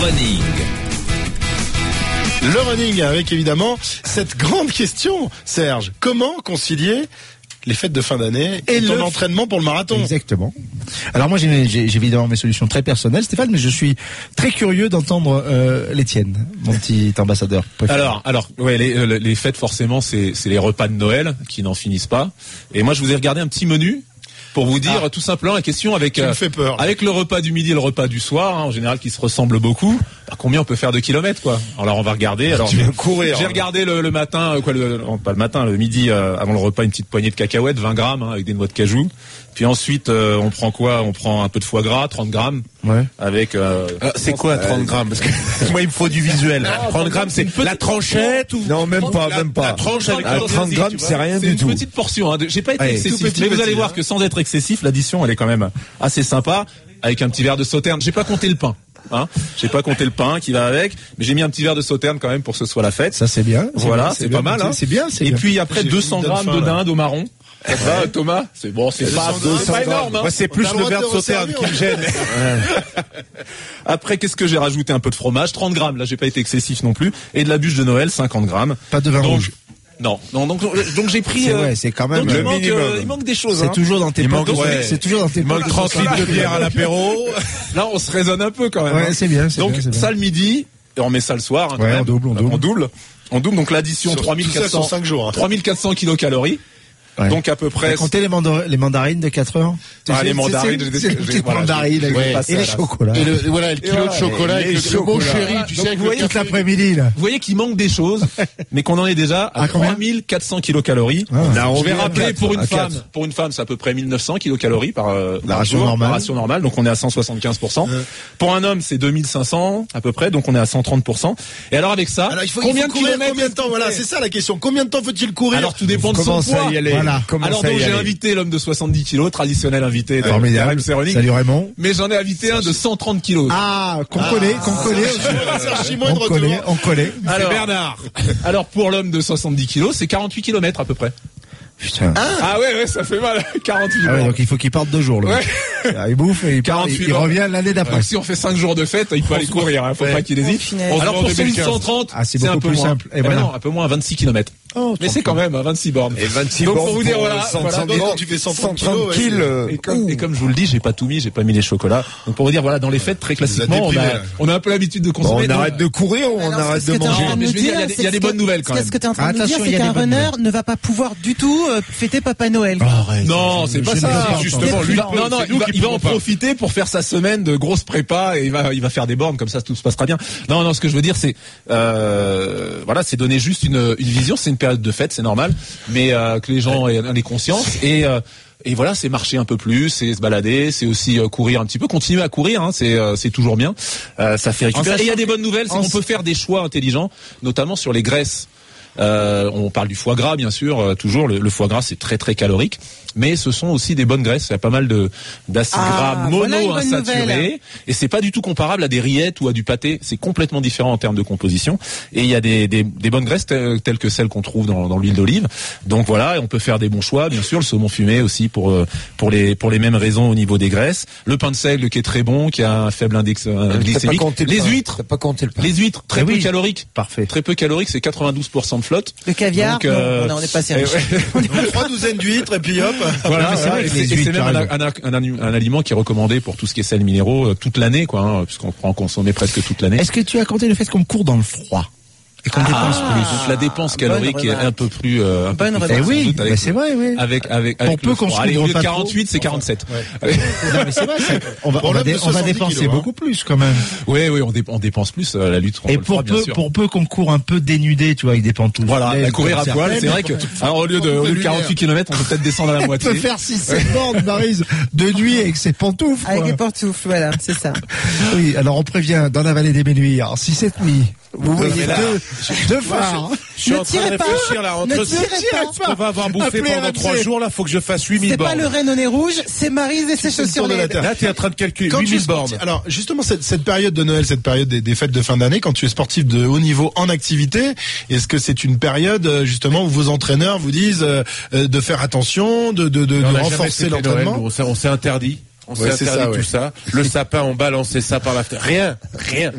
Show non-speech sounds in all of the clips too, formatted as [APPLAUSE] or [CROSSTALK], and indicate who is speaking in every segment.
Speaker 1: running.
Speaker 2: Le running avec évidemment cette grande question, Serge. Comment concilier les fêtes de fin d'année et,
Speaker 3: Et
Speaker 2: ton
Speaker 3: le-
Speaker 2: entraînement pour le marathon
Speaker 3: Exactement. Alors moi, j'ai j'ai- j'ai évidemment mes solutions très personnelles, Stéphane, mais je suis très curieux d'entendre euh, les tiennes, mon petit ambassadeur. préféré.
Speaker 4: Alors, alors, ouais, les, euh, les fêtes forcément, c'est c'est les repas de Noël qui n'en finissent pas. Et moi, je vous ai regardé un petit menu pour vous dire tout simplement la question avec
Speaker 2: Ah.
Speaker 4: euh,
Speaker 2: Tu me fais peur.
Speaker 4: avec le repas du midi et le repas du soir hein, en général qui se ressemblent beaucoup. bah, combien on peut faire de kilomètres quoi Alors on va
Speaker 5: Ah,
Speaker 4: regarder. Alors
Speaker 2: Tu
Speaker 4: j'ai-
Speaker 2: vas courir,
Speaker 5: hein.
Speaker 4: J'ai
Speaker 2: là.
Speaker 4: regardé le, le matin, euh, quoi, le, non, pas le matin, le midi euh, avant le repas, une petite poignée de cacahuètes, 20 grammes hein, avec des noix de cajou. Puis ensuite, euh, on prend quoi On prend un peu de foie gras, 30 grammes.
Speaker 3: Ouais.
Speaker 4: Avec. euh,
Speaker 1: c'est quoi 30 grammes Parce que [LAUGHS] moi, il me faut du visuel. 30 grammes, c'est la tranchette ou
Speaker 5: Non, même pas, même pas.
Speaker 1: La tranche avec
Speaker 5: Ah,
Speaker 1: la
Speaker 5: 30 grammes, c'est rien
Speaker 4: C'est
Speaker 5: du
Speaker 4: une
Speaker 5: tout.
Speaker 4: petite portion. hein, de- J'ai pas été
Speaker 5: Allez,
Speaker 4: excessif,
Speaker 5: tout petit,
Speaker 4: mais vous
Speaker 5: petit,
Speaker 4: allez voir
Speaker 5: hein.
Speaker 4: que sans être excessif, l'addition elle est quand même assez sympa. Avec un petit verre de sauterne. J'ai pas compté le pain. Hein j'ai pas compté le pain qui va avec, mais j'ai mis un petit verre de sauterne quand même pour que ce soit la fête.
Speaker 3: Ça c'est bien.
Speaker 4: voilà,
Speaker 3: bien,
Speaker 4: c'est
Speaker 3: bien,
Speaker 4: pas mal. hein.
Speaker 3: C'est bien, c'est
Speaker 4: Et
Speaker 3: bien.
Speaker 4: puis après
Speaker 2: J'ai
Speaker 4: 200
Speaker 2: une bonne
Speaker 4: grammes
Speaker 2: faim,
Speaker 4: de
Speaker 2: là.
Speaker 4: dinde au marron. Ça va, Thomas, c'est bon, c'est pas,
Speaker 2: 200
Speaker 4: c'est pas
Speaker 2: grammes.
Speaker 4: énorme. hein.
Speaker 1: Moi, c'est plus
Speaker 2: T'as le
Speaker 1: le
Speaker 2: droit
Speaker 1: verre
Speaker 2: de te
Speaker 1: sauterne qui me
Speaker 2: resservir.
Speaker 4: [LAUGHS]
Speaker 1: gêne.
Speaker 4: Après, qu'est-ce que j'ai rajouté Un peu de fromage, 30 grammes. Là, j'ai pas été excessif non plus. Et de la bûche de Noël, 50 grammes.
Speaker 3: Pas de vin
Speaker 4: Donc-
Speaker 3: rouge.
Speaker 4: Non, non. Donc, donc j'ai pris.
Speaker 3: C'est
Speaker 4: euh,
Speaker 3: vrai, c'est quand même
Speaker 4: donc,
Speaker 3: le
Speaker 4: il, manque,
Speaker 5: minimum.
Speaker 4: euh, il manque des choses.
Speaker 3: C'est
Speaker 4: hein.
Speaker 3: toujours dans tes
Speaker 5: Il
Speaker 3: potes,
Speaker 5: manque- ouais.
Speaker 3: C'est toujours dans tes
Speaker 5: Il manque
Speaker 3: potes,
Speaker 5: 30
Speaker 3: ce soir.
Speaker 5: litres de bière à l'apéro.
Speaker 3: [LAUGHS]
Speaker 4: Là, on se raisonne un peu quand même.
Speaker 3: Ouais,
Speaker 4: hein.
Speaker 3: c'est bien, c'est
Speaker 4: Donc,
Speaker 3: bien, c'est bien.
Speaker 4: ça le midi, et on met ça le soir. hein, quand
Speaker 3: Ouais,
Speaker 4: même.
Speaker 3: on double, on double.
Speaker 4: On double. On double, donc l'addition
Speaker 2: Sur- tout ça
Speaker 4: 3400,
Speaker 2: sur cinq jours, hein.
Speaker 4: 3400 kilocalories.
Speaker 3: Ouais. Bah,
Speaker 4: Donc, à peu
Speaker 3: T'as
Speaker 4: près.
Speaker 3: compté les, mandar- les mandarines de 4 heures
Speaker 4: Ah,
Speaker 3: C'est-
Speaker 4: les
Speaker 3: c'est-
Speaker 4: mandarines,
Speaker 3: c'est-
Speaker 4: j'ai-
Speaker 3: c'est les
Speaker 4: j'ai-
Speaker 3: petites
Speaker 4: voilà,
Speaker 3: mandarines
Speaker 4: j'ai- j'ai
Speaker 3: avec-
Speaker 4: passé
Speaker 3: et les
Speaker 4: à la-
Speaker 3: chocolats.
Speaker 1: Et le, voilà, le kilo de chocolat avec le, le mot chéri, tu
Speaker 4: Donc,
Speaker 1: sais, avec
Speaker 4: vous
Speaker 1: le
Speaker 4: voyez,
Speaker 3: Toute l'après-midi là.
Speaker 4: Vous voyez qu'il manque
Speaker 3: [LAUGHS]
Speaker 4: des choses, mais qu'on en est déjà à,
Speaker 3: À Ah, combien Ah,
Speaker 4: 3400 kilocalories.
Speaker 5: Là, on
Speaker 4: Je vais
Speaker 5: vient à
Speaker 4: rappeler
Speaker 5: quatre,
Speaker 4: pour une
Speaker 5: à
Speaker 4: femme,
Speaker 5: quatre.
Speaker 4: pour une femme, c'est à peu près 1900 kilocalories par, euh, par
Speaker 3: ration
Speaker 4: jour,
Speaker 3: normale. Euh.
Speaker 4: par ration normale. Donc on est à 175%. Pour un homme, c'est 2500 à peu près, donc on est à 130%. Et alors avec ça,
Speaker 2: Alors il faut, il
Speaker 4: combien
Speaker 2: faut
Speaker 4: de
Speaker 2: courir
Speaker 4: kilomètres
Speaker 2: combien de temps Voilà, c'est ça la question. Combien de temps faut-il courir
Speaker 4: Alors tout dépend de son
Speaker 5: Commence
Speaker 4: poids.
Speaker 5: à y aller.
Speaker 3: Voilà.
Speaker 5: Commence
Speaker 4: Alors
Speaker 5: à
Speaker 4: donc
Speaker 5: y
Speaker 4: j'ai
Speaker 5: aller.
Speaker 4: invité l'homme de 70 kilos, traditionnel invité de
Speaker 3: Formidable.
Speaker 4: RMC Running.
Speaker 3: Salut Raymond.
Speaker 4: Mais j'en ai invité un de 130 kilos.
Speaker 3: Ah, qu'on connaît, qu'on connaît.
Speaker 2: Serge Chimon
Speaker 3: On
Speaker 2: de
Speaker 3: connaît,
Speaker 2: retour.
Speaker 3: on connaît.
Speaker 4: Alors, Bernard. Alors pour l'homme de 70 kilos, c'est 48 kilomètres à peu près.
Speaker 3: Putain.
Speaker 4: Ah ouais, ouais, ça fait mal. [LAUGHS] 48.
Speaker 3: Ah ouais,
Speaker 4: bon.
Speaker 3: donc il faut qu'il parte deux jours. Là. Ah, Il bouffe et il, part,
Speaker 4: 48
Speaker 3: il
Speaker 4: ans.
Speaker 3: revient l'année d'après.
Speaker 4: Donc, si on fait 5 jours de fête, il peut aller courir, hein, faut pas qu'il hésite. Alors pour celui de 130,
Speaker 3: Ah, c'est
Speaker 4: c'est un
Speaker 3: beaucoup
Speaker 4: peu
Speaker 3: plus
Speaker 4: moins.
Speaker 3: simple. Et
Speaker 4: Eh ben
Speaker 3: voilà.
Speaker 4: non, un peu moins, 26 km.
Speaker 3: Oh,
Speaker 4: Mais
Speaker 3: tranquille.
Speaker 4: c'est quand même à 26 bornes.
Speaker 5: Et 26
Speaker 4: Donc,
Speaker 5: bornes
Speaker 4: pour vous dire,
Speaker 5: pour,
Speaker 4: voilà,
Speaker 5: euh,
Speaker 4: voilà,
Speaker 5: 130
Speaker 4: donc,
Speaker 2: Donc tu fais 130 kilos. ouais, c'est-
Speaker 5: kilos. euh,
Speaker 4: Et comme, et comme je vous le dis, j'ai pas tout mis, j'ai pas mis les chocolats. Donc pour vous dire, voilà, dans les fêtes, très classiquement, on
Speaker 2: déprimés,
Speaker 4: a,
Speaker 2: là.
Speaker 4: on a un peu l'habitude de
Speaker 5: bon,
Speaker 4: consommer.
Speaker 5: On
Speaker 4: Donc,
Speaker 5: arrête de courir ou on
Speaker 6: Alors,
Speaker 5: arrête
Speaker 6: ce
Speaker 5: de
Speaker 6: que t'es en
Speaker 5: manger
Speaker 6: train de
Speaker 4: Mais je veux dire,
Speaker 6: dire,
Speaker 4: il y a des-
Speaker 6: c'est
Speaker 4: il y a des
Speaker 6: que-
Speaker 4: bonnes nouvelles, quand
Speaker 6: ce que-
Speaker 4: même.
Speaker 6: Ce que t'es en train de nous
Speaker 3: Attention,
Speaker 6: dire,
Speaker 3: il
Speaker 6: c'est
Speaker 3: y a
Speaker 6: qu'un
Speaker 3: des bonnes Ah.
Speaker 6: runner ne va pas pouvoir du tout euh, fêter Papa Noël.
Speaker 4: Non, c'est pas
Speaker 3: je ne
Speaker 4: ça.
Speaker 3: comprends
Speaker 4: Justement,
Speaker 3: pas.
Speaker 4: lui, non, non,
Speaker 1: c'est nous
Speaker 4: il va,
Speaker 1: qui
Speaker 4: il va
Speaker 1: pouvons
Speaker 4: en
Speaker 1: pas.
Speaker 4: profiter pour faire sa semaine de grosse prépa et il va, il va faire des bornes comme ça, tout se passera bien. Non, non, ce que je veux dire, c'est, euh, voilà, c'est donner juste une, une vision. C'est une période de fête, c'est normal, mais euh, que les gens aient, aient conscience et. euh, et voilà, c'est marcher un peu plus, c'est se balader, c'est aussi euh, courir un petit peu, continuer à courir, hein, c'est euh, c'est toujours bien. Euh, ça fait récupérer. Et il y a des bonnes nouvelles, c'est qu'on peut faire des choix intelligents, notamment sur les graisses. Euh, on parle du foie gras, bien sûr, euh, toujours. Le, le foie gras, c'est très très calorique, mais ce sont aussi des bonnes graisses. Il y a pas mal de d'acides
Speaker 6: Ah,
Speaker 4: gras
Speaker 6: voilà une bonne
Speaker 4: monoinsaturés,
Speaker 6: nouvelle.
Speaker 4: et c'est pas du tout comparable à des rillettes ou à du pâté. C'est complètement différent en termes de composition. Et il y a des, des, des bonnes graisses te- telles que celles qu'on trouve dans, dans l'huile d'olive. Donc voilà, et on peut faire des bons choix, bien sûr. Le saumon fumé aussi pour euh, pour les pour les mêmes raisons au niveau des graisses. Le pain de seigle qui est très bon, qui a un faible index euh,
Speaker 5: T'as pas
Speaker 4: glycémique.
Speaker 5: compté le
Speaker 4: Les
Speaker 5: pain.
Speaker 4: huîtres,
Speaker 5: T'as pas compté le pain.
Speaker 4: les huîtres, très
Speaker 3: Eh
Speaker 4: peu
Speaker 3: oui.
Speaker 4: caloriques.
Speaker 3: Parfait.
Speaker 4: Très peu calorique, c'est 92% de flotte.
Speaker 6: Le caviar,
Speaker 4: Donc, euh,
Speaker 6: non, non, on n'est pas sérieux.
Speaker 4: eh ouais.
Speaker 2: [LAUGHS] Trois douzaines d'huîtres et puis hop.
Speaker 3: Ah,
Speaker 4: Voilà,
Speaker 3: mais c'est
Speaker 4: voilà,
Speaker 3: vrai
Speaker 4: et
Speaker 3: que
Speaker 4: c'est
Speaker 3: les
Speaker 4: et c'est
Speaker 3: huîtres,
Speaker 4: même un,
Speaker 3: t'as
Speaker 4: un- un- un aliment qui est recommandé pour tout ce qui est sel minéraux euh, toute l'année, quoi, hein, puisqu'on prend en consommer presque toute l'année.
Speaker 3: Est-ce que tu as compté le fait qu'on court dans le froid et qu'on dépense
Speaker 4: Ah,
Speaker 3: plus
Speaker 4: Donc la dépense calorique est
Speaker 6: remarque.
Speaker 4: un peu plus. euh, un peu
Speaker 6: Bonne
Speaker 4: plus
Speaker 6: remarque.
Speaker 3: Eh
Speaker 4: forte, sans
Speaker 3: oui,
Speaker 4: doute,
Speaker 3: mais c'est vrai, oui.
Speaker 4: Avec avec
Speaker 3: On
Speaker 4: avec
Speaker 3: peut
Speaker 4: le sport.
Speaker 3: construire
Speaker 4: Allez,
Speaker 3: des
Speaker 4: au lieu de
Speaker 3: repas trop.
Speaker 4: 48, c'est 47.
Speaker 3: Non, mais c'est vrai, ça- on va,
Speaker 2: Pour
Speaker 3: on va
Speaker 2: l'homme de
Speaker 3: dé- on va
Speaker 2: 70
Speaker 3: dépenser
Speaker 2: kilos, hein.
Speaker 3: beaucoup plus quand même.
Speaker 4: [LAUGHS] Oui, oui, on, dé- on dépense plus euh, la lutte contre
Speaker 3: Et
Speaker 4: le froid,
Speaker 3: pour
Speaker 4: bien
Speaker 3: peu,
Speaker 4: sûr.
Speaker 3: pour peu qu'on court un peu dénudé, tu vois, avec des pantoufles.
Speaker 4: Voilà,
Speaker 3: Là,
Speaker 4: la courir à
Speaker 3: comme
Speaker 4: poil, c'est
Speaker 3: certaines,
Speaker 4: vrai que alors au lieu de au lieu de 48 km, on peut peut-être descendre à la
Speaker 3: Elle
Speaker 4: moitié.
Speaker 3: peut faire 6-7 bornes, Marise, de nuit avec ses pantoufles.
Speaker 6: Avec
Speaker 3: quoi.
Speaker 6: les porte-souffles, voilà, c'est ça.
Speaker 3: Oui, alors on prévient dans la vallée des Ménuires, si cette nuit, vous voyez deux, deux phares.
Speaker 1: Je suis
Speaker 6: Ne
Speaker 1: en train de
Speaker 6: tirez pas.
Speaker 1: réfléchir là.
Speaker 6: Ne
Speaker 1: Entre ce
Speaker 6: tirez pas.
Speaker 1: ce qu'on va avoir bouffé
Speaker 3: Appelez
Speaker 1: pendant
Speaker 3: RMC.
Speaker 1: 3 jours, là, faut que je fasse 8000
Speaker 6: C'est pas
Speaker 1: bornes.
Speaker 6: le Rennonnet rouge, c'est Marise et
Speaker 2: fais
Speaker 6: ses
Speaker 2: le tour
Speaker 6: chaussures
Speaker 2: de la
Speaker 6: laides.
Speaker 2: Terre.
Speaker 1: Là, t'es en train de calculer
Speaker 2: Quand tu es
Speaker 1: 8000
Speaker 2: sportif-
Speaker 1: bornes.
Speaker 2: alors justement cette, cette période de Noël, cette période des, des fêtes de fin d'année, quand tu es sportif de haut niveau en activité, est-ce que c'est une période euh, justement où vos entraîneurs vous disent euh, euh, de faire attention, de, de, de, de
Speaker 1: On a jamais
Speaker 2: renforcer
Speaker 1: fêté Noël, nous,
Speaker 2: l'entraînement
Speaker 1: on s'est- On s'est interdit. on
Speaker 2: Ouais,
Speaker 1: s'est
Speaker 2: c'est
Speaker 1: interdit
Speaker 2: ça, ouais.
Speaker 1: tout ça. Le sapin, on balançait ça par la fenêtre. Rien, rien.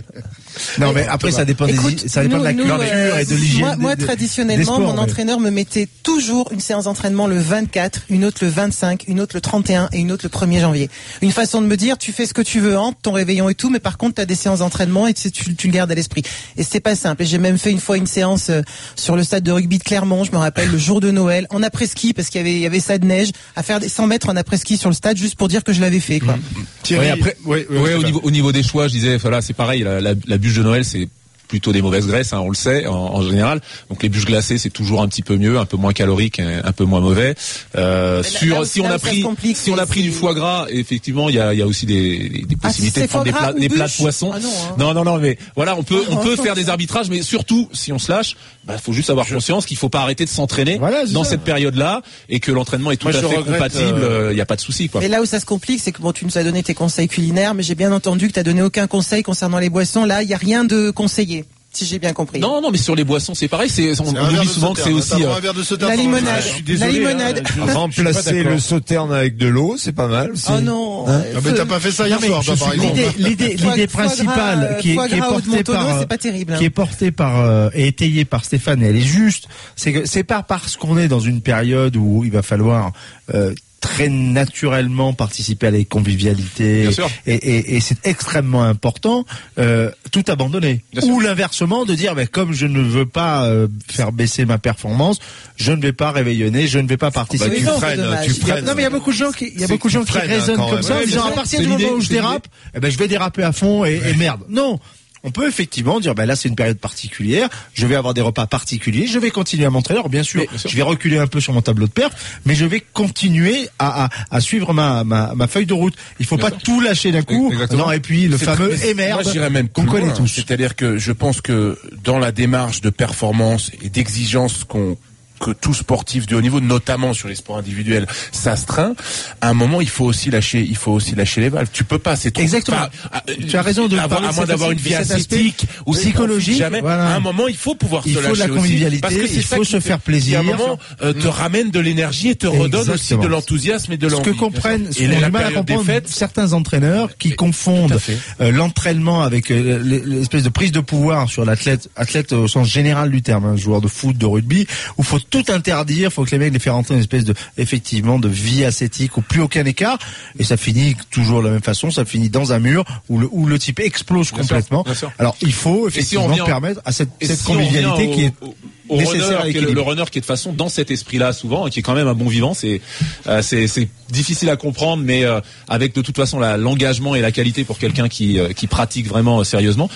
Speaker 3: Non, mais après, ça dépend, des- ça dépend de la
Speaker 6: nous,
Speaker 3: culture
Speaker 6: nous, euh,
Speaker 3: et de l'hygiène.
Speaker 6: Moi, moi,
Speaker 3: des- des-
Speaker 6: traditionnellement,
Speaker 3: des sports,
Speaker 6: mon
Speaker 3: ouais.
Speaker 6: entraîneur me mettait toujours une séance d'entraînement le 24, une autre le 25, une autre le 31 et une autre le 1er janvier. Une façon de me dire, tu fais ce que tu veux, entre ton réveillon et tout, mais par contre, tu as des séances d'entraînement et tu, tu, tu le gardes à l'esprit. Et c'est pas simple. Et j'ai même fait une fois une séance euh, sur le stade de rugby de Clermont, je me rappelle, le jour de Noël, en après-ski, parce qu'il y avait, il y avait ça de neige, à faire des 100 mètres en après-ski sur le stade juste pour dire que je l'avais fait, quoi.
Speaker 2: Thierry,
Speaker 4: Ouais, après-
Speaker 2: ouais, ouais,
Speaker 4: Ouais,
Speaker 2: c'est
Speaker 4: au
Speaker 2: ça.
Speaker 4: niveau, au niveau des choix, je disais, voilà, c'est pareil, la, la- la bûche de Noël, c'est plutôt des mauvaises graisses, hein, on le sait en, en général. Donc les bûches glacées, c'est toujours un petit peu mieux, un peu moins calorique, un un peu moins mauvais. Euh,
Speaker 6: là-
Speaker 4: sur
Speaker 6: là où-
Speaker 4: si
Speaker 6: là
Speaker 4: on
Speaker 6: où
Speaker 4: a
Speaker 6: ça se
Speaker 4: pris
Speaker 6: complique,
Speaker 4: si on a
Speaker 6: c'est-
Speaker 4: pris du foie gras, effectivement, il y a, il y a aussi des, des- des
Speaker 6: Ah,
Speaker 4: possibilités
Speaker 6: c'est
Speaker 4: de prendre des
Speaker 6: foie gras
Speaker 4: plats,
Speaker 6: ou
Speaker 4: des plats de
Speaker 6: bûche
Speaker 4: poisson.
Speaker 6: Ah non, hein.
Speaker 4: non, non, non, mais voilà, on peut on
Speaker 6: Ah,
Speaker 4: peut
Speaker 6: non,
Speaker 4: faire des
Speaker 6: ça-
Speaker 4: arbitrages, mais surtout si on se lâche, bah, faut juste avoir conscience qu'il faut pas arrêter de s'entraîner
Speaker 3: Voilà, c'est
Speaker 4: dans
Speaker 3: ça.
Speaker 4: cette période-là et que l'entraînement est tout
Speaker 1: Moi,
Speaker 4: à
Speaker 1: je
Speaker 4: fait
Speaker 1: regrette,
Speaker 4: compatible. Il
Speaker 1: euh,
Speaker 4: n'y a pas de souci, quoi.
Speaker 6: Mais là où ça se complique, c'est que bon, tu nous as donné tes conseils culinaires, mais j'ai bien entendu que tu donné aucun conseil concernant les boissons. Là, il n'y a rien de conseillé, si j'ai bien compris.
Speaker 4: Non, non, mais sur les boissons, c'est pareil. C'est on,
Speaker 2: Un
Speaker 4: on
Speaker 2: verre
Speaker 4: oublie
Speaker 2: de
Speaker 4: souvent que c'est
Speaker 2: sauterne,
Speaker 4: aussi.
Speaker 2: notamment
Speaker 4: euh,
Speaker 2: un verre de sauterne
Speaker 6: La
Speaker 2: sans
Speaker 6: limonade.
Speaker 2: fromage.
Speaker 6: la limonade.
Speaker 5: Remplacer le sauterne avec de l'eau, c'est pas mal. aussi.
Speaker 6: oh non.
Speaker 2: Ah, mais t'as pas fait ça hier soir, toi, par exemple.
Speaker 3: L'idée- L'idée
Speaker 6: Foie-
Speaker 3: l'idée
Speaker 6: foie gras,
Speaker 3: principale
Speaker 6: euh,
Speaker 3: qui
Speaker 6: foie
Speaker 3: est, qui est
Speaker 6: gras ou de
Speaker 3: portée
Speaker 6: Montono,
Speaker 3: par euh,
Speaker 6: c'est pas terrible, hein.
Speaker 3: qui est portée par euh, et étayée par Stéphane et elle est juste, c'est que c'est pas parce qu'on est dans une période où il va falloir euh, très naturellement participer à les convivialités
Speaker 4: Bien sûr.
Speaker 3: et, et- et c'est extrêmement important euh, tout abandonner
Speaker 4: Bien
Speaker 3: ou l'inversement de dire ben comme je ne veux pas euh, faire baisser ma performance je ne vais pas réveillonner je ne vais pas participer
Speaker 6: tu freines, tu
Speaker 3: Il y a- non mais il y a beaucoup de gens qui il y a
Speaker 2: C'est
Speaker 3: beaucoup de gens qui
Speaker 2: freine, hein,
Speaker 3: raisonnent
Speaker 2: quand
Speaker 3: comme
Speaker 2: même.
Speaker 3: ça en
Speaker 2: Ouais,
Speaker 3: disant
Speaker 4: bien
Speaker 3: à
Speaker 4: sûr.
Speaker 3: partir
Speaker 4: C'est
Speaker 3: du moment
Speaker 4: l'idée,
Speaker 3: où je
Speaker 4: c'est
Speaker 3: dérape eh ben je vais déraper à fond et, et merde non on peut effectivement dire ben là c'est une période particulière je vais avoir des repas particuliers je vais continuer à m'entraîner Alors, bien sûr je vais reculer un peu sur mon tableau de perf mais je vais continuer à, à, à suivre ma, ma ma feuille de route il faut pas tout lâcher d'un coup
Speaker 4: Exactement.
Speaker 3: non et puis le
Speaker 1: C'est
Speaker 3: fameux
Speaker 1: très-
Speaker 3: et merde
Speaker 1: Moi, j'irais même
Speaker 3: qu'on
Speaker 1: plus loin.
Speaker 3: connaît tous
Speaker 1: C'est-à-dire que je pense que dans la démarche de performance et d'exigence qu'on que tout sportif de haut niveau, notamment sur les sports individuels, s'astreint. À un moment, il faut aussi lâcher, il faut aussi lâcher les valves. Tu peux pas, c'est trop.
Speaker 3: Exactement.
Speaker 2: ah,
Speaker 1: à-
Speaker 2: euh,
Speaker 3: Tu as raison de
Speaker 1: à,
Speaker 3: parler
Speaker 1: à
Speaker 3: de
Speaker 1: moins
Speaker 3: cet
Speaker 1: d'avoir une
Speaker 3: aspect-
Speaker 1: vie
Speaker 3: cet aspect
Speaker 1: ascétique ou
Speaker 3: psychologique,
Speaker 1: Jamais.
Speaker 3: voilà.
Speaker 1: À un moment, il faut pouvoir
Speaker 3: Il
Speaker 1: se
Speaker 3: faut de
Speaker 1: lâcher
Speaker 3: la
Speaker 1: aussi,
Speaker 3: convivialité,
Speaker 1: parce que c'est
Speaker 3: il
Speaker 1: ça
Speaker 3: faut
Speaker 1: qui
Speaker 3: se
Speaker 1: te-
Speaker 3: faire
Speaker 1: qui, à un
Speaker 3: plaisir. Mm.
Speaker 1: moment, euh, te ramène de l'énergie et te redonne aussi
Speaker 3: Exactement.
Speaker 1: de l'enthousiasme et de
Speaker 3: ce
Speaker 1: l'envie.
Speaker 3: que comprennent, ce
Speaker 1: Et
Speaker 3: qu'on a
Speaker 1: la
Speaker 3: du mal à
Speaker 1: période des
Speaker 3: comprendre
Speaker 1: fêtes,
Speaker 3: certains entraîneurs qui confondent euh, l'entraînement avec euh, l- l'espèce de prise de pouvoir sur l'athlète, athlète au sens général du terme, hein, joueur de foot, de rugby, où faut tout interdire, faut que les mecs les faire entrer dans une espèce de, effectivement, de vie ascétique où plus aucun écart, et ça finit toujours de la même façon, ça finit dans un mur où le, où le type explose
Speaker 4: sûr,
Speaker 3: complètement.
Speaker 4: bien sûr.
Speaker 3: Alors il faut
Speaker 4: Et si on
Speaker 3: effectivement
Speaker 4: revient-
Speaker 3: permettre à cette,
Speaker 4: Et
Speaker 3: cette
Speaker 4: si on
Speaker 3: convivialité
Speaker 4: revient
Speaker 3: qui est
Speaker 4: au- au- au
Speaker 3: nécessaire à
Speaker 4: runner, qui est le,
Speaker 3: l'équilibre.
Speaker 4: le runner qui est de façon dans cet esprit-là souvent et qui est quand même un bon vivant, c'est euh, c'est c'est difficile à comprendre, mais euh, avec de toute façon la- l'engagement et la qualité pour quelqu'un qui euh, qui pratique vraiment euh, sérieusement,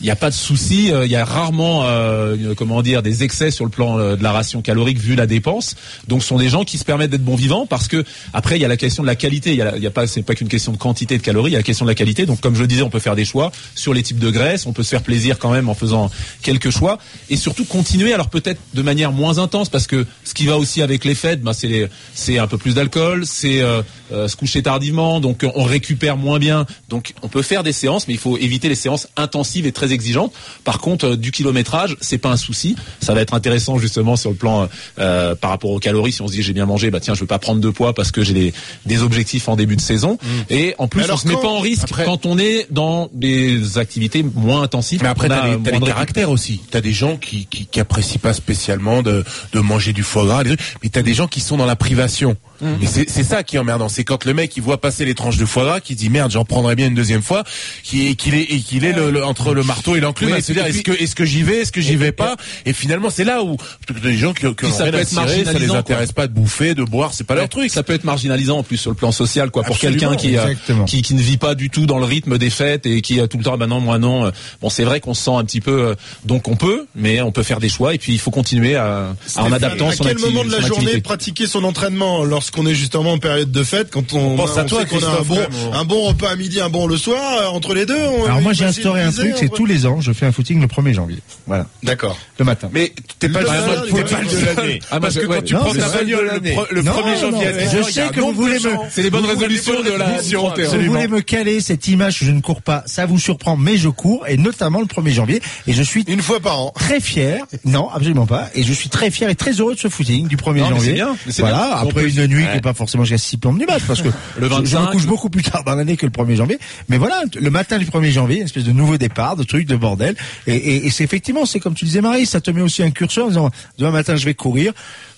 Speaker 4: il n'y a pas de souci, euh, il y a rarement euh, une- comment dire des excès sur le plan euh, de la ration calorique vu la dépense. Donc ce sont des gens qui se permettent d'être bons vivants parce que après il y a la question de la qualité, il y a, la- il y a pas c'est pas qu'une question de quantité de calories, il y a la question de la qualité. Donc comme je le disais, on peut faire des choix sur les types de graisses, on peut se faire plaisir quand même en faisant quelques choix et surtout continuer alors peut-être de manière moins intense parce que ce qui va aussi avec les fêtes, ben, c'est les- c'est un peu plus d'alcool, c'est euh, euh, se coucher tardivement, donc euh, on récupère moins bien. Donc on peut faire des séances, mais il faut éviter les séances intensives et très exigeantes. Par contre, euh, du kilométrage, c'est pas un souci. Ça va être intéressant justement sur le plan euh, euh, par rapport aux calories. Si on se dit j'ai bien mangé, bah tiens, je veux pas prendre de poids parce que j'ai des, des objectifs en début de saison. Et en
Speaker 2: Mmh.
Speaker 4: plus,
Speaker 2: Mais alors
Speaker 4: on se met
Speaker 2: quand-
Speaker 4: pas en risque
Speaker 1: après-
Speaker 4: quand on est dans des activités moins intensives.
Speaker 1: Mais après,
Speaker 4: on a
Speaker 1: t'as
Speaker 4: moins
Speaker 1: les,
Speaker 4: de
Speaker 1: t'as les
Speaker 4: récup-
Speaker 1: caractères aussi. T'as des gens qui, qui, qui apprécient pas spécialement de, de manger du foie gras, des trucs. mais t'as des gens qui sont dans la privation.
Speaker 4: Mmh.
Speaker 1: Et c'est c'est ça qui est emmerdant. C'est quand le mec, il voit passer les tranches de foie gras, qui dit merde, j'en prendrais bien une deuxième fois, qui qu'il est, et qu'il est le, le- entre le marteau et l'enclume,
Speaker 4: Oui,
Speaker 1: à se dire
Speaker 4: et
Speaker 1: est-ce
Speaker 4: puis-
Speaker 1: que, est-ce que j'y vais, est-ce que j'y vais pas, et finalement, c'est là où les gens qui, qui
Speaker 4: Puis
Speaker 1: ont
Speaker 4: ça
Speaker 1: rien
Speaker 4: peut
Speaker 1: à
Speaker 4: être
Speaker 1: cirer, ça les
Speaker 4: marginalisant,
Speaker 1: intéresse pas de bouffer, de boire, c'est pas leur truc.
Speaker 4: Ça peut être marginalisant en plus sur le plan social, quoi, pour
Speaker 1: Absolument,
Speaker 4: quelqu'un qui, euh,
Speaker 3: exactement.
Speaker 4: qui qui ne vit pas du tout dans le rythme des fêtes et qui a tout le temps, ah, bah non, moi non. euh, Bon, c'est vrai qu'on se sent un petit peu, euh, donc on peut, mais on peut faire des choix et puis il faut continuer à, à en
Speaker 2: Stéphane,
Speaker 4: adaptant
Speaker 2: à
Speaker 4: son,
Speaker 2: quel
Speaker 4: acti-
Speaker 2: moment de la
Speaker 4: son
Speaker 2: journée
Speaker 4: activité.
Speaker 2: pratiquer son entraînement lorsqu'on est justement en période de fête quand on,
Speaker 1: pense à
Speaker 2: on
Speaker 1: toi,
Speaker 2: sait qu'on a un
Speaker 1: Christophe,
Speaker 2: bon
Speaker 1: vraiment.
Speaker 2: un bon repas à midi un bon le soir euh, entre les deux on-
Speaker 3: Alors moi
Speaker 2: il
Speaker 3: j'ai
Speaker 2: passe
Speaker 3: instauré un
Speaker 2: une
Speaker 3: truc,
Speaker 2: dizaine,
Speaker 3: c'est
Speaker 2: on-
Speaker 3: tous les ans je fais un footing le 1er janvier. Voilà,
Speaker 2: d'accord
Speaker 3: le matin.
Speaker 1: Mais t'es pas le
Speaker 2: Le salaire,
Speaker 1: seul,
Speaker 2: il
Speaker 1: t'es
Speaker 2: est
Speaker 1: pas le
Speaker 2: pas
Speaker 1: seul.
Speaker 2: mal.
Speaker 4: Ah,
Speaker 1: Parce
Speaker 4: bah,
Speaker 1: que
Speaker 4: ouais,
Speaker 1: quand tu
Speaker 3: non,
Speaker 1: prends
Speaker 3: le
Speaker 1: ta
Speaker 3: seul
Speaker 1: bagnole
Speaker 3: de
Speaker 1: le
Speaker 3: l'année.
Speaker 1: pro- le
Speaker 3: Non,
Speaker 1: 1er
Speaker 3: non,
Speaker 1: janvier, à
Speaker 3: mais
Speaker 1: 10,
Speaker 3: je
Speaker 1: il y a
Speaker 3: sais
Speaker 1: un
Speaker 3: que vous
Speaker 1: nombre de
Speaker 3: voulez me-
Speaker 1: gens.
Speaker 4: C'est les bonnes résolutions de la
Speaker 1: résolutions.
Speaker 4: Sion Terre.
Speaker 3: Si vous voulez me caler cette image, je ne cours pas, ça vous surprend, mais je cours, et notamment le 1er janvier, et je suis
Speaker 2: une fois par an
Speaker 3: très fier, non, absolument pas. Et je suis très fier et très heureux de ce footing du 1er
Speaker 4: Non, mais
Speaker 3: janvier.
Speaker 4: c'est bien, mais c'est
Speaker 3: voilà,
Speaker 4: bien.
Speaker 3: après
Speaker 4: En plus.
Speaker 3: une nuit
Speaker 4: Ouais.
Speaker 3: qui n'est pas forcément jusqu'à 6 plans du mat, parce que
Speaker 4: [LAUGHS]
Speaker 3: je- je
Speaker 4: Le 25,
Speaker 3: me couche beaucoup plus tard dans l'année que le 1er janvier. Mais voilà, le matin du 1er janvier, une espèce de nouveau départ, de truc, de bordel. Et, et- et c'est effectivement, c'est comme tu disais Marie, ça te met aussi un curseur en disant, demain matin je vais courir,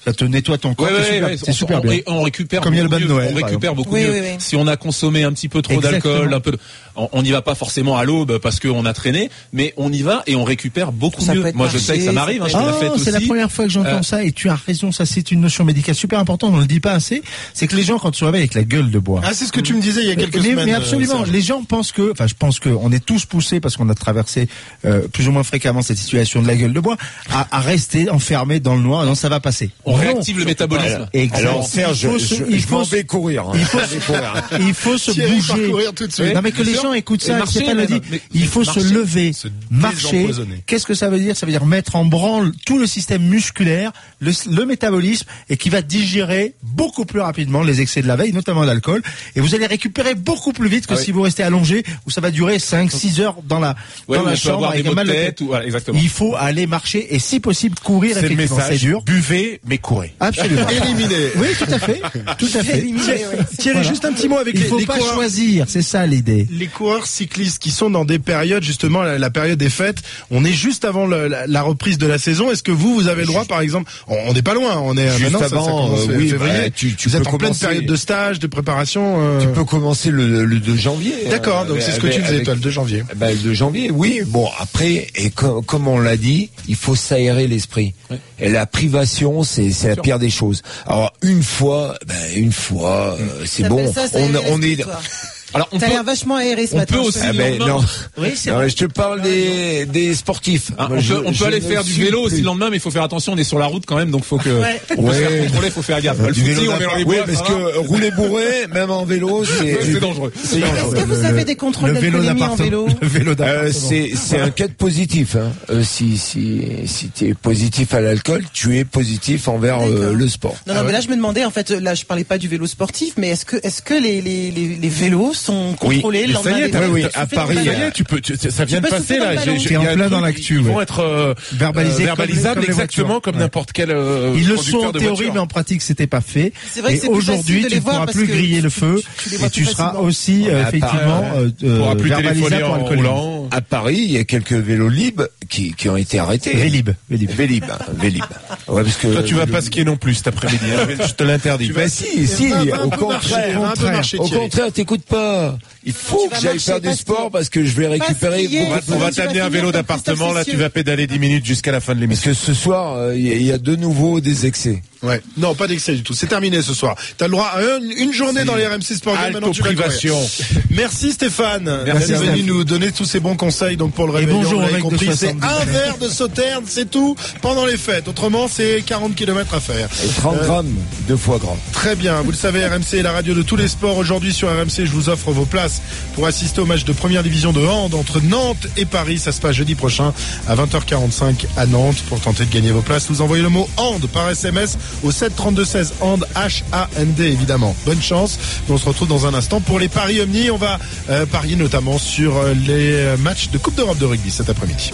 Speaker 3: ça te nettoie ton corps,
Speaker 4: Ouais,
Speaker 3: c'est
Speaker 4: ouais,
Speaker 3: super,
Speaker 4: ouais,
Speaker 3: c'est
Speaker 4: on-
Speaker 3: super
Speaker 4: on,
Speaker 3: bien.
Speaker 4: ré- on récupère
Speaker 3: Comme il y a le
Speaker 4: beaucoup
Speaker 3: bain de
Speaker 4: mieux,
Speaker 3: Noël,
Speaker 4: on
Speaker 3: par
Speaker 4: récupère beaucoup
Speaker 6: Oui,
Speaker 4: mieux.
Speaker 6: oui, oui.
Speaker 4: Si on a consommé un petit peu trop
Speaker 3: Exactement.
Speaker 4: d'alcool, un peu, de- on- on n'y va pas forcément à l'aube parce qu'on a traîné, mais on y va et on récupère beaucoup
Speaker 6: Ça peut
Speaker 4: mieux.
Speaker 6: être
Speaker 4: Moi, je sais que ça
Speaker 6: marché,
Speaker 4: m'arrive. Hein, je
Speaker 6: ça
Speaker 4: fais la
Speaker 3: Ah,
Speaker 4: fête aussi.
Speaker 3: c'est la première fois que j'entends
Speaker 4: Euh,
Speaker 3: ça et tu as raison, ça c'est une notion médicale super importante, on ne le dit pas assez, c'est que les gens quand ils se réveillent avec la gueule de bois.
Speaker 2: Ah, c'est ce que tu me disais il y a quelques
Speaker 3: mais,
Speaker 2: semaines.
Speaker 3: mais
Speaker 2: euh,
Speaker 3: absolument,
Speaker 2: Serge.
Speaker 3: les gens pensent que, enfin je pense que on est tous poussés parce qu'on a traversé euh, plus ou moins fréquemment cette situation de la gueule de bois, à, à rester enfermé dans le noir, non ça va passer.
Speaker 4: on
Speaker 3: Non.
Speaker 4: réactive le métabolisme.
Speaker 3: Exact.
Speaker 5: Alors Serge,
Speaker 3: Il faut
Speaker 5: je,
Speaker 3: se-
Speaker 5: je-
Speaker 3: il
Speaker 5: je
Speaker 3: faut
Speaker 5: m'en
Speaker 3: se-
Speaker 5: vais courir. hein.
Speaker 3: il faut
Speaker 5: Je vais courir.
Speaker 3: Il faut se
Speaker 2: Thierry part
Speaker 3: bouger.
Speaker 2: courir tout de suite.
Speaker 3: Non mais que
Speaker 2: Bien
Speaker 3: les
Speaker 2: sûr.
Speaker 3: gens écoutent ça,
Speaker 4: Et
Speaker 3: et
Speaker 4: marcher,
Speaker 3: Stéphane le
Speaker 4: même.
Speaker 3: dit,
Speaker 4: Mais-
Speaker 3: il faut
Speaker 2: marcher,
Speaker 3: se lever,
Speaker 2: se
Speaker 3: marcher.
Speaker 2: désempoisonner.
Speaker 3: Qu'est-ce que ça veut dire Ça veut dire mettre en branle tout le système musculaire, le, le métabolisme, et qui va digérer beaucoup plus rapidement les excès de la veille, notamment d'alcool. Et vous allez récupérer beaucoup plus vite que si vous restez allongé, où ça va durer 5-6 heures dans la,
Speaker 4: Ouais,
Speaker 3: dans
Speaker 4: on
Speaker 3: la
Speaker 4: peut
Speaker 3: chambre
Speaker 4: avoir des
Speaker 3: avec un
Speaker 4: maux de
Speaker 3: mal de
Speaker 4: tête.
Speaker 3: tête.
Speaker 4: ou, voilà, exactement.
Speaker 3: Il faut aller marcher et si possible courir.
Speaker 1: C'est le
Speaker 3: effectivement.
Speaker 1: message.
Speaker 3: C'est dur.
Speaker 1: Buvez, mais courez.
Speaker 3: Absolument.
Speaker 2: Éliminer.
Speaker 3: Oui, tout à fait. Tout à fait.
Speaker 6: Éliminer,
Speaker 3: Thierry,
Speaker 6: ouais.
Speaker 3: Thierry,
Speaker 2: Voilà.
Speaker 3: juste un petit mot avec
Speaker 2: Il
Speaker 3: les,
Speaker 2: faut
Speaker 3: les
Speaker 2: pas
Speaker 3: coureurs.
Speaker 2: choisir,
Speaker 3: c'est ça l'idée.
Speaker 2: les coureurs cyclistes qui sont dans des périodes, justement, la, la période des fêtes, on est juste avant le- la, la reprise de la saison. Est-ce que vous, vous avez le droit, par exemple, on on n'est pas loin, on est euh,
Speaker 5: Juste
Speaker 2: maintenant, ça- ça,
Speaker 5: avant,
Speaker 2: commence
Speaker 5: euh,
Speaker 2: en
Speaker 5: oui,
Speaker 2: février.
Speaker 5: bah, tu- tu
Speaker 2: vous êtes
Speaker 5: peux
Speaker 2: en pleine
Speaker 5: commencer.
Speaker 2: période de stage, de préparation. euh,
Speaker 5: Tu peux commencer le, le 2 janvier.
Speaker 2: D'accord, donc
Speaker 5: euh,
Speaker 2: c'est ce que
Speaker 5: avec-
Speaker 2: tu faisais,
Speaker 5: avec-
Speaker 2: toi, le 2 janvier.
Speaker 5: Eh ben, le 2 janvier, oui. Bon, après, et com- comme on l'a dit, il faut s'aérer l'esprit. Et la privation, c'est c'est la pire des choses. Alors, une fois, ben, une fois, euh,
Speaker 1: Mm.
Speaker 5: c'est
Speaker 6: T'appelles
Speaker 5: bon.
Speaker 6: ça, ça
Speaker 5: on,
Speaker 6: aérer
Speaker 5: on
Speaker 6: l'esprit,
Speaker 5: est...
Speaker 6: toi.
Speaker 4: Alors, on
Speaker 6: T'as
Speaker 4: peut-
Speaker 6: l'air vachement aéré ce
Speaker 4: on
Speaker 6: matin.
Speaker 4: peut
Speaker 6: je
Speaker 4: aussi-
Speaker 6: te
Speaker 5: Ah
Speaker 6: dis.
Speaker 5: ben
Speaker 4: lendemain.
Speaker 5: non,
Speaker 3: Oui, c'est
Speaker 5: Non,
Speaker 3: vrai.
Speaker 5: mais je te parle des, des sportifs.
Speaker 4: Hein,
Speaker 5: Moi,
Speaker 4: on
Speaker 5: je-
Speaker 4: peut, on
Speaker 5: je
Speaker 4: peut aller
Speaker 5: ne
Speaker 4: faire du
Speaker 5: suis
Speaker 4: vélo aussi
Speaker 5: plus.
Speaker 4: le lendemain, mais il faut faire attention. On est sur la route quand même, donc faut que
Speaker 6: Ouais.
Speaker 4: on peut se
Speaker 5: Ouais.
Speaker 4: faire contrôler, faut faire gaffe. Le
Speaker 5: Du vélo
Speaker 4: footing, on est dans
Speaker 5: d'impact.
Speaker 4: les
Speaker 5: oui,
Speaker 4: bois,
Speaker 5: parce
Speaker 4: ça
Speaker 5: que
Speaker 4: va.
Speaker 5: euh, rouler
Speaker 4: [LAUGHS]
Speaker 5: bourré, même en vélo, c'est
Speaker 4: c'est dangereux.
Speaker 5: C'est
Speaker 6: Est-ce que
Speaker 5: dangereux.
Speaker 6: vous avez des contrôles
Speaker 3: Le vélo
Speaker 6: d'alcoolémie en
Speaker 3: d'appartement.
Speaker 6: vélo
Speaker 3: [LAUGHS] Le vélo
Speaker 5: Euh,
Speaker 3: d'appartement.
Speaker 5: c'est c'est un cas de positif. Hein. Euh, si si si t'es positif à l'alcool, tu es positif envers euh,
Speaker 6: D'accord.
Speaker 5: le sport.
Speaker 6: Non, non, mais là je me demandais en fait, là je parlais pas du vélo sportif, mais est-ce que est-ce que les, les, les, les vélos sont contrôlés le
Speaker 1: mais ça y
Speaker 6: lendemain
Speaker 1: est,
Speaker 6: des
Speaker 1: t'as-
Speaker 6: vélos
Speaker 5: oui,
Speaker 6: Tu
Speaker 5: à
Speaker 6: fais des
Speaker 5: Paris,
Speaker 3: hein.
Speaker 1: Ça y
Speaker 6: ballons.
Speaker 1: est, tu peux, tu- ça- ça vient de
Speaker 6: peux
Speaker 1: passer
Speaker 6: souffler dans
Speaker 1: là.
Speaker 6: le ballon.
Speaker 1: J'ai-
Speaker 3: T'es
Speaker 1: j'ai-
Speaker 3: en
Speaker 1: il y a un
Speaker 3: plein dans
Speaker 1: truc,
Speaker 3: l'actu,
Speaker 1: Ils
Speaker 3: ouais.
Speaker 1: vont être euh,
Speaker 3: Verbalisés
Speaker 1: euh,
Speaker 3: comme les-
Speaker 1: verbalisables
Speaker 3: comme les
Speaker 1: exactement
Speaker 3: voitures.
Speaker 1: comme
Speaker 3: Ouais.
Speaker 1: n'importe quel. euh,
Speaker 3: Ils le sont
Speaker 1: conducteur
Speaker 3: en
Speaker 1: de
Speaker 3: théorie,
Speaker 1: voiture.
Speaker 3: mais en pratique, c'était pas fait.
Speaker 6: C'est vrai que
Speaker 3: Et
Speaker 6: c'est plus facile
Speaker 3: aujourd'hui,
Speaker 6: de
Speaker 3: tu
Speaker 6: les
Speaker 3: ne
Speaker 6: voir
Speaker 3: pourras
Speaker 6: parce
Speaker 3: plus
Speaker 6: que
Speaker 3: griller le
Speaker 6: tu-
Speaker 3: feu
Speaker 6: tu les vois
Speaker 3: et
Speaker 6: plus
Speaker 3: tu seras
Speaker 6: facilement.
Speaker 3: aussi
Speaker 5: Ouais,
Speaker 3: euh,
Speaker 5: à part,
Speaker 3: effectivement
Speaker 5: euh,
Speaker 3: euh,
Speaker 1: On pourra plus
Speaker 3: verbalisable
Speaker 1: téléphoner
Speaker 3: pour
Speaker 1: en
Speaker 3: alcoolémie.
Speaker 1: roulant.
Speaker 5: À Paris, il y a quelques vélos libres qui, qui ont été arrêtés.
Speaker 3: Vélib, Vélib.
Speaker 5: Vélib, hein, Vélib. Ouais, parce que
Speaker 1: Toi, tu vas pas skier non plus cet après-midi. hein. Je te l'interdis.
Speaker 5: Bah si, si,
Speaker 2: va- va un
Speaker 5: au
Speaker 2: peu marcher,
Speaker 5: contraire.
Speaker 2: va un peu marcher,
Speaker 5: Au
Speaker 2: Thierry.
Speaker 5: contraire, t'écoutes pas. Il faut
Speaker 6: Tu
Speaker 5: que
Speaker 6: vas
Speaker 5: j'aille
Speaker 6: marcher,
Speaker 5: faire du
Speaker 6: pas skier.
Speaker 5: sport parce que je vais
Speaker 6: Pas
Speaker 5: récupérer
Speaker 6: skier.
Speaker 5: beaucoup
Speaker 1: On va, on va
Speaker 6: Tu vas
Speaker 1: t'amener un
Speaker 6: finir
Speaker 1: vélo
Speaker 6: comme
Speaker 1: d'appartement.
Speaker 6: Christophe
Speaker 1: Là, tu
Speaker 6: Cessieux.
Speaker 1: vas pédaler 10 minutes jusqu'à la fin de
Speaker 5: Parce
Speaker 1: l'émission.
Speaker 5: que ce soir, euh, il y, a- il y a de nouveau des excès.
Speaker 2: Ouais. Non, pas d'excès du tout. C'est terminé ce soir. T'as le droit à une, une journée dans les RMC Sport Game.
Speaker 1: Halte
Speaker 2: Maintenant,
Speaker 1: aux
Speaker 2: tu vas courir.
Speaker 1: privations.
Speaker 2: Merci Stéphane.
Speaker 3: Merci,
Speaker 2: d'être venu
Speaker 3: Steph.
Speaker 2: nous donner tous ces bons conseils. Donc pour le réveillon,
Speaker 3: bonjour
Speaker 2: vous
Speaker 3: au
Speaker 2: l'avez
Speaker 3: mec de
Speaker 2: compris, c'est
Speaker 3: 70.
Speaker 2: un verre de sauterne, c'est tout pendant les fêtes. Autrement, c'est 40 km à faire.
Speaker 5: Et 30 grammes de foie gras.
Speaker 2: Très bien, vous le savez, RMC est la radio de tous les sports. Aujourd'hui sur RMC, je vous offre vos places pour assister au match de première division de hand entre Nantes et Paris. Ça se passe jeudi prochain à 20h45 à Nantes. Pour tenter de gagner vos places, vous envoyez le mot hand par SMS au 73216 hand H-A-N-D évidemment. Bonne chance. Nous, on se retrouve dans un instant pour les paris Omni. On va euh, parier notamment sur euh, les euh, matchs de Coupe d'Europe de rugby cet après-midi.